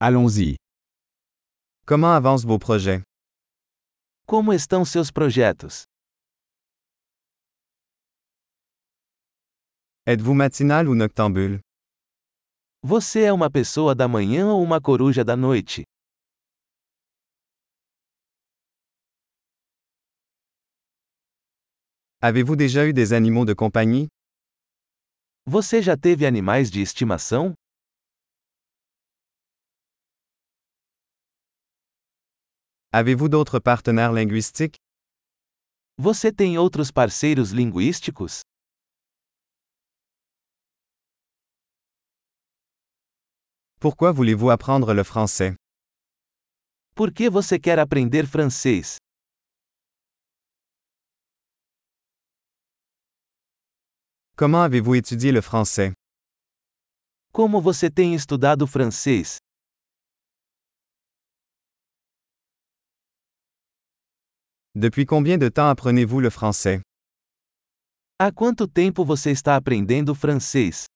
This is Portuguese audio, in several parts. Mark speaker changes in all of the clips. Speaker 1: Allons-y.
Speaker 2: Comment avancent vos projets?
Speaker 3: Como estão seus projetos?
Speaker 2: Êtes-vous matinal ou noctambule?
Speaker 3: Você é uma pessoa da manhã ou uma coruja da noite?
Speaker 2: Avez-vous déjà eu des animaux de compagnie?
Speaker 3: Você já teve animais de estimação?
Speaker 2: Avez-vous d'autres partenaires linguistiques?
Speaker 3: Você tem outros parceiros linguísticos?
Speaker 2: Pourquoi voulez-vous apprendre le français?
Speaker 3: Por que você quer aprender francês?
Speaker 2: Comment avez-vous étudié le français?
Speaker 3: Como você tem estudado francês?
Speaker 2: Depuis combien de temps apprenez-vous le français?
Speaker 3: Há quanto tempo você está aprendendo francês?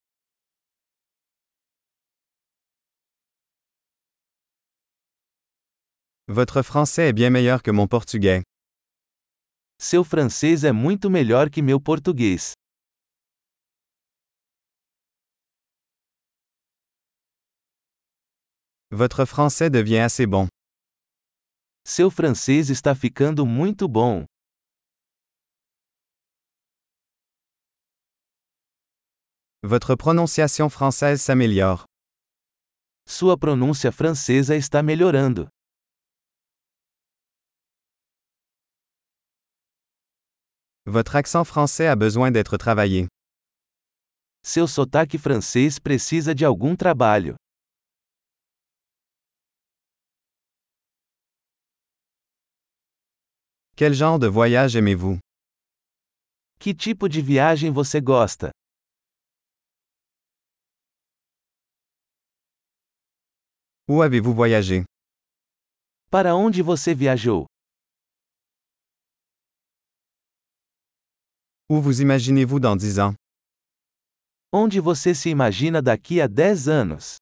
Speaker 2: Votre français est bien meilleur que mon portugais.
Speaker 3: Seu francês é muito melhor que meu português.
Speaker 2: Votre français devient assez bon.
Speaker 3: Seu francês está ficando muito bom.
Speaker 2: Votre prononciation française s'améliore.
Speaker 3: Sua pronúncia francesa está melhorando.
Speaker 2: Votre accent français a besoin d'être travaillé.
Speaker 3: Seu sotaque francês precisa de algum trabalho.
Speaker 2: Quel genre de voyage aimez-vous?
Speaker 3: Que tipo de viagem você gosta?
Speaker 2: Où avez-vous voyagé?
Speaker 3: Para onde você viajou?
Speaker 2: Où vous imaginez-vous dans 10 ans?
Speaker 3: Onde você se imagina daqui a 10 anos?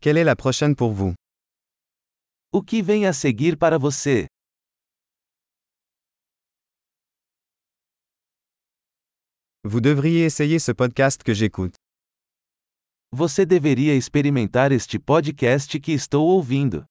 Speaker 2: Quelle est la prochaine pour vous?
Speaker 3: O que vem a seguir para você?
Speaker 2: Vous devriez essayer ce podcast que j'écoute.
Speaker 3: Você deveria experimentar este podcast que estou ouvindo.